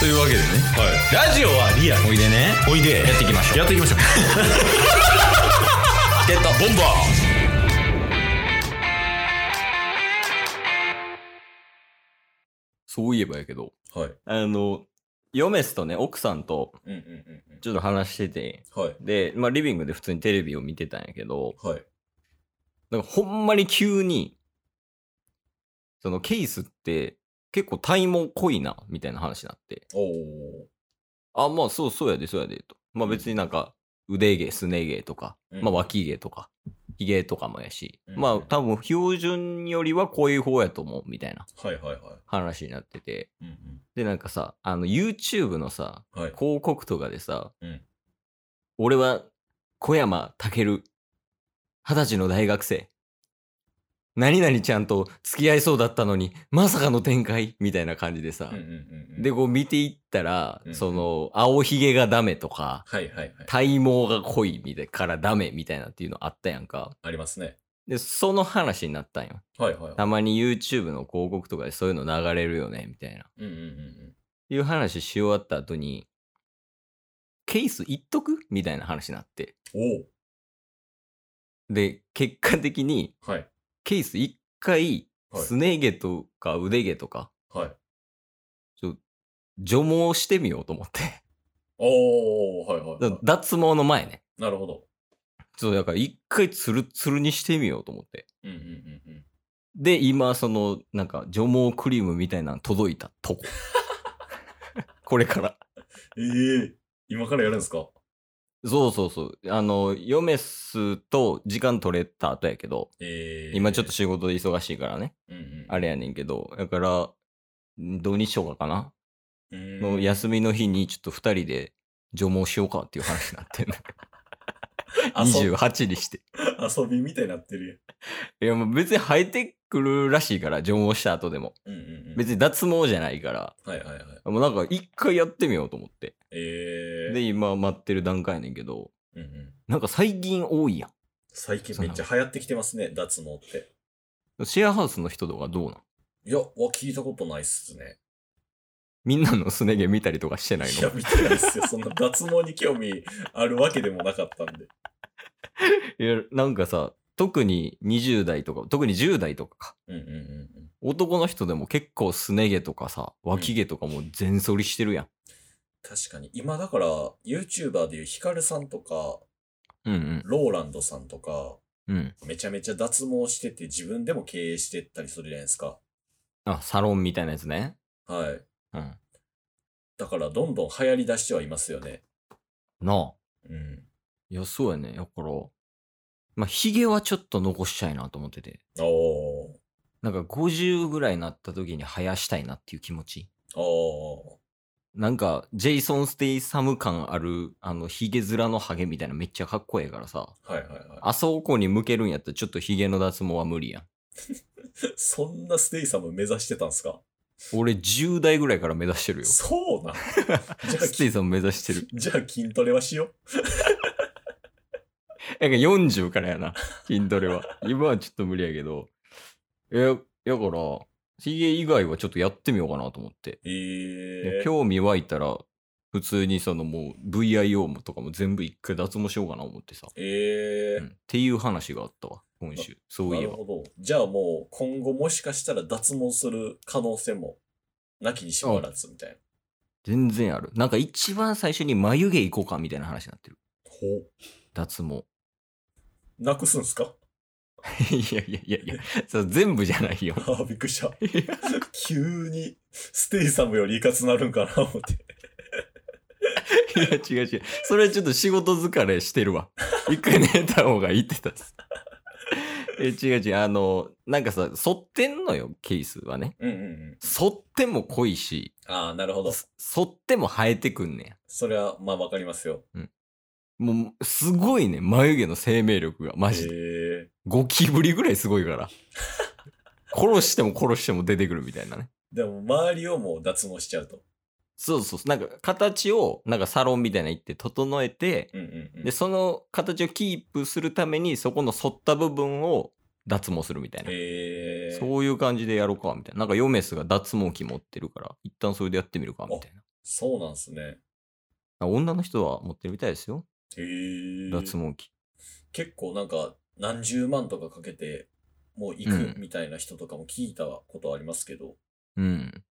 というわけでねはい。ラジオはリアル。おいでねおいで。やっていきましょうやっていきましょう。 ゲットボンバそういえばやけどはい。あの嫁すとね奥さんとうんうんちょっと話しててうん。はい。で、まあ、リビングで普通にテレビを見てたんやけどはい。なんかほんまに急にそのケースって結構体毛濃いなみたいな話になっておお。あ、まあそうそうやで、そうやで、と。まあ別になんか、腕毛、すね毛とか、うんまあ脇毛とか、髭とかもやし、うんまあ多分標準よりはこういう方やと思う、みたいなはいはいはい。話になってて。うんで、なんかさ、あの YouTube のさ、うん。はい。広告とかでさ、うん俺は小山健、二十歳の大学生。何々ちゃんと付き合いそうだったのに、まさかの展開みたいな感じでさ、うんうんうんうん。で、こう見ていったら、うんその、青ひげがダメとか、はいはいはい。体毛が濃いみたいからダメみたいなっていうのあったやんか。ありますね。で、その話になったんよ。はいはいはたまに YouTube の広告とかでそういうの流れるよね、みたいな。い。うんうんうんいう話し終わった後に、ケース言っとくみたいな話になって。うん。で、結果的に、おお。はい。ケース一回、はいすね毛とか腕毛とか、はい。除毛してみようと思って。おお。はいはいはい。脱毛の前ね。なるほど。そう、だから一回ツルツルにしてみようと思って。うんうんうんうん。で、今、その、なんか、除毛クリームみたいなの届いたとこ。 これから。ええ今からやるんですかそうそうそう。あの、ヨメスと時間取れた後やけど、ええ今ちょっと、仕事で忙しいからね。うんうん、あれやねんけど、だから、土日とかかな、うんの休みの日にちょっと二人で除毛しようかっていう話にな ってんの。遊28にして。遊びみたいになってるいや、もう別に生えてくるらしいから、除毛した後でも。やん。うんうんうん。別に脱毛じゃないから。はいはいはい。もうなんか一回やってみようと思って。ええで、今待ってる段階やねんけど、うんうん、なんか最近多いや最近めっちゃ流行ってきてますね、脱毛って。ん。シェアハウスの人とかどうなんいや、わ、聞いたことないっすね。みんなのすね毛見たりとかしてないいや、の見てないっすよ。そんな脱毛に興味あるわけでもなかったんで。いや、なんかさ、特に20代とか、特に10代とかか。うんうんうんうん。男の人でも結構すね毛とかさ、脇毛とかもう全剃りしてるやん。確かに、今だから、YouTuber でいうヒカルさんとか、うんローランドさんとか、うん。うん。めちゃめちゃ脱毛してて自分でも経営してったりするじゃないですか。あ、サロンみたいなやつね。はい。うん。だから、どんどん流行り出してはいますよね。なあ。うん。いや、そうやね。だから、まあ、髭はちょっと残したいなと思ってて。おー。なんか50ぐらいになった時に生やしたいなっていう気持ち。おなんか、ジェイソン・ステイサム感ある、あの、ヒゲ面のハゲみたいなめっちゃかっこええからさ、ー。はいはいはい。あそこに向けるんやったらちょっとヒゲの脱毛は無理やん。そんなステイサム目指してたんすか俺10代ぐらいから目指してるよ。スそ うなんじゃあテイサム目指して る。じゃあ筋トレはしよなんか40からやな、筋トレは。今はちょっと無理やけど。え、やから、ヒゲ以外はちょっとやってみようかなと思って。う。えでー、興味湧いたら、普通にそのもう VIO もとかも全部一回脱毛しようかな思ってさ。えうんー、っていう話があったわ、今週。そうないえるば。ほど。じゃあもう今後もしかしたら脱毛する可能性もなきにしもあらずみたいな。全然ある。なんか一番最初に眉毛行こうかみたいな話になってる。ほ脱毛。 う。なくすんすか いやいやいやいや、そう全部じゃないよ。 あーびっくりした。いや急にステイサムよりいかつなるんかな思って。いや違う違う。それはちょっと仕事疲れしてるわ。一回寝た方がいいって言ったっす。 え違う違う。あの、なんかさ、反ってんのよ、ケースはね。 うんうんうん。反っても濃いし、ああ、なるほど。反っても生えてくんねん。それはまあわかりますよ。もう、すごいね、眉毛の生命力が、マジで。えゴキブリぐらいすごいから。殺しても殺しても出てくるみたいなね。ー、でも周りをもう脱毛しちゃうと。そうそうそう。なんか、形を、なんかサロンみたいなの行って整えて、うんうんうん。で、その形をキープするために、そこの反った部分を脱毛するみたいな。えー、そういう感じでやろうか、みたいな。なんか、ヨメスが脱毛器持ってるから、一旦それでやってみるか、みたいな。そうなんすね。あ女の人は持ってるみたいですよ。へえ。脱毛器。結構なんか何十万とかかけてもう行うんくみたいな人とかも聞いたことありますけど、うん。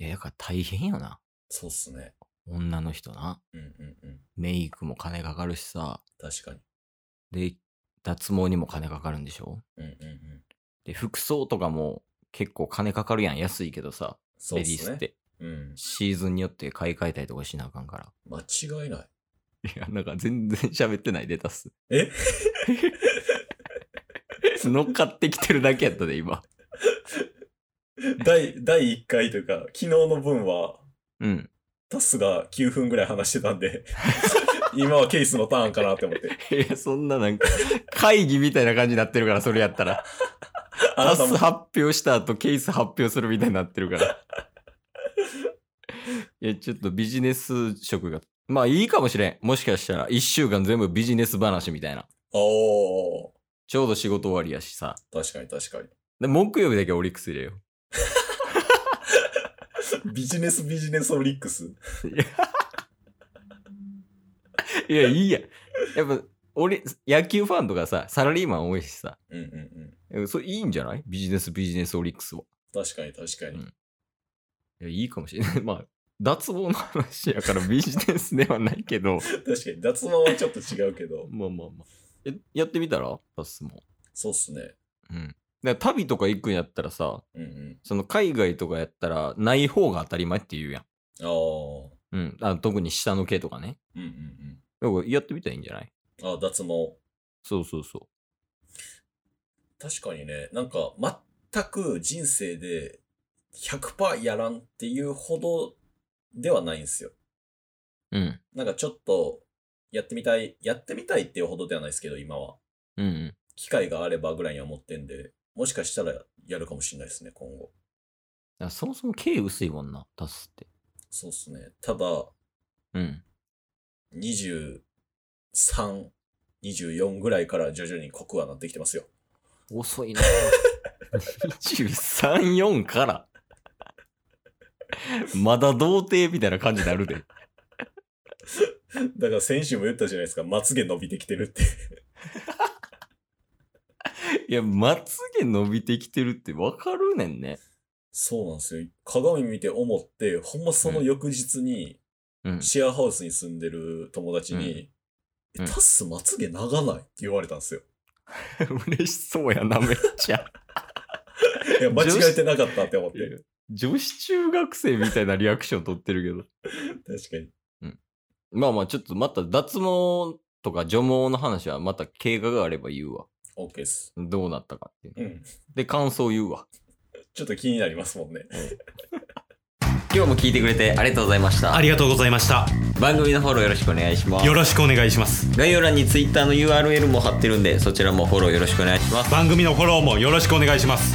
いや、だから大変よな。そうっすね。女の人な。うんうんうん。メイクも金かかるしさ。確かに。で、脱毛にも金かかるんでしょうんうんうん。で、服装とかも結構金かかるやん。安いけどさ。そうレっディースすっね。て。うん。シーズンによって買い替えたりとかしなあかんから。間違いない。 いや、なんか全然喋ってないレタス。え 乗っかってきてるだけやったで、今。第、第1回というか、昨日の分は、うん。タスが9分ぐらい話してたん で、今はケースのターンかなって思って。いや、そんななんか、会議みたいな感じになってるから、それやったら。 あタなたスも、発表した後、ケース発表するみたいになってるから。 いや、ちょっとビジネス職が、まあいいかもしれん。もしかしたら、一週間全部ビジネス話みたいな。おーちょうど仕事終わりやしさ。確かに確かで、木曜日だけオリックス入れよに。ビジネスビジネスオリックス。 う。いや、いいや。やっぱ、俺、野球ファンとかさ、サラリーマン多いしさ。うんうんうん。それいいんじゃないビジネスビジネスオリックスは。確かに確かに。うんいや、いいかもしれない。 まあ、脱帽の話やからビジネスではないけど、確かに脱毛はちょっと違うけど。 まあまあまあ。えやってみたらパスも。そうっすね。うん。だから旅とか行くんやったらさ、うんうん。その海外とかやったら、ない方が当たり前って言うやん。ああ。うん。あ特に下の毛とかね。うんうんだからやってみたらいいんじゃないうん。ああ、脱毛。そうそうそ確かにね、なんか全く人生で100%やらんっていうほどではないんですよ。う。うん。なんかちょっとやってみたい、やってみたいっていうほどではないですけど、今は。うんうん。機会があればぐらいには思ってんで、もしかしたらやるかもしれないですね、今後。だからそもそも毛薄いもんな、タスって。そうっすね。ただ、うん。 23、24ぐらいから徐々に濃くはなってきてますよ。 遅いな。23、4から。まだ童貞みたいな感じになるで。だから先週も言ったじゃないですか、まつげ伸びてきてるって。いや、まつげ伸びてきてるってわかるねんね。そうなんですよ。鏡見て思って、ほんまその翌日に、うん。シェアハウスに住んでる友達に、うんえタッスまつげ長ないって言われたんですよ。嬉しそうやな、めっちゃ。いや、間違えてなかったって思って。女子中学生みたいなリアクション取ってるけど。確かに。まあまあ、ちょっとまた脱毛とか除毛の話はまた経過があれば言うわ。 OK です。どうなったかっていう。うん。で、感想言うわ。ちょっと気になりますもんね。今日も聞いてくれてありがとうございましたあ。りがとうございました。番組のフォローよろしくお願いしますよ。ろしくお願いします。概要欄に Twitter の URL も貼ってるんで、そちらもフォローよろしくお願いします。番組のフォローもよろしくお願いします。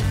す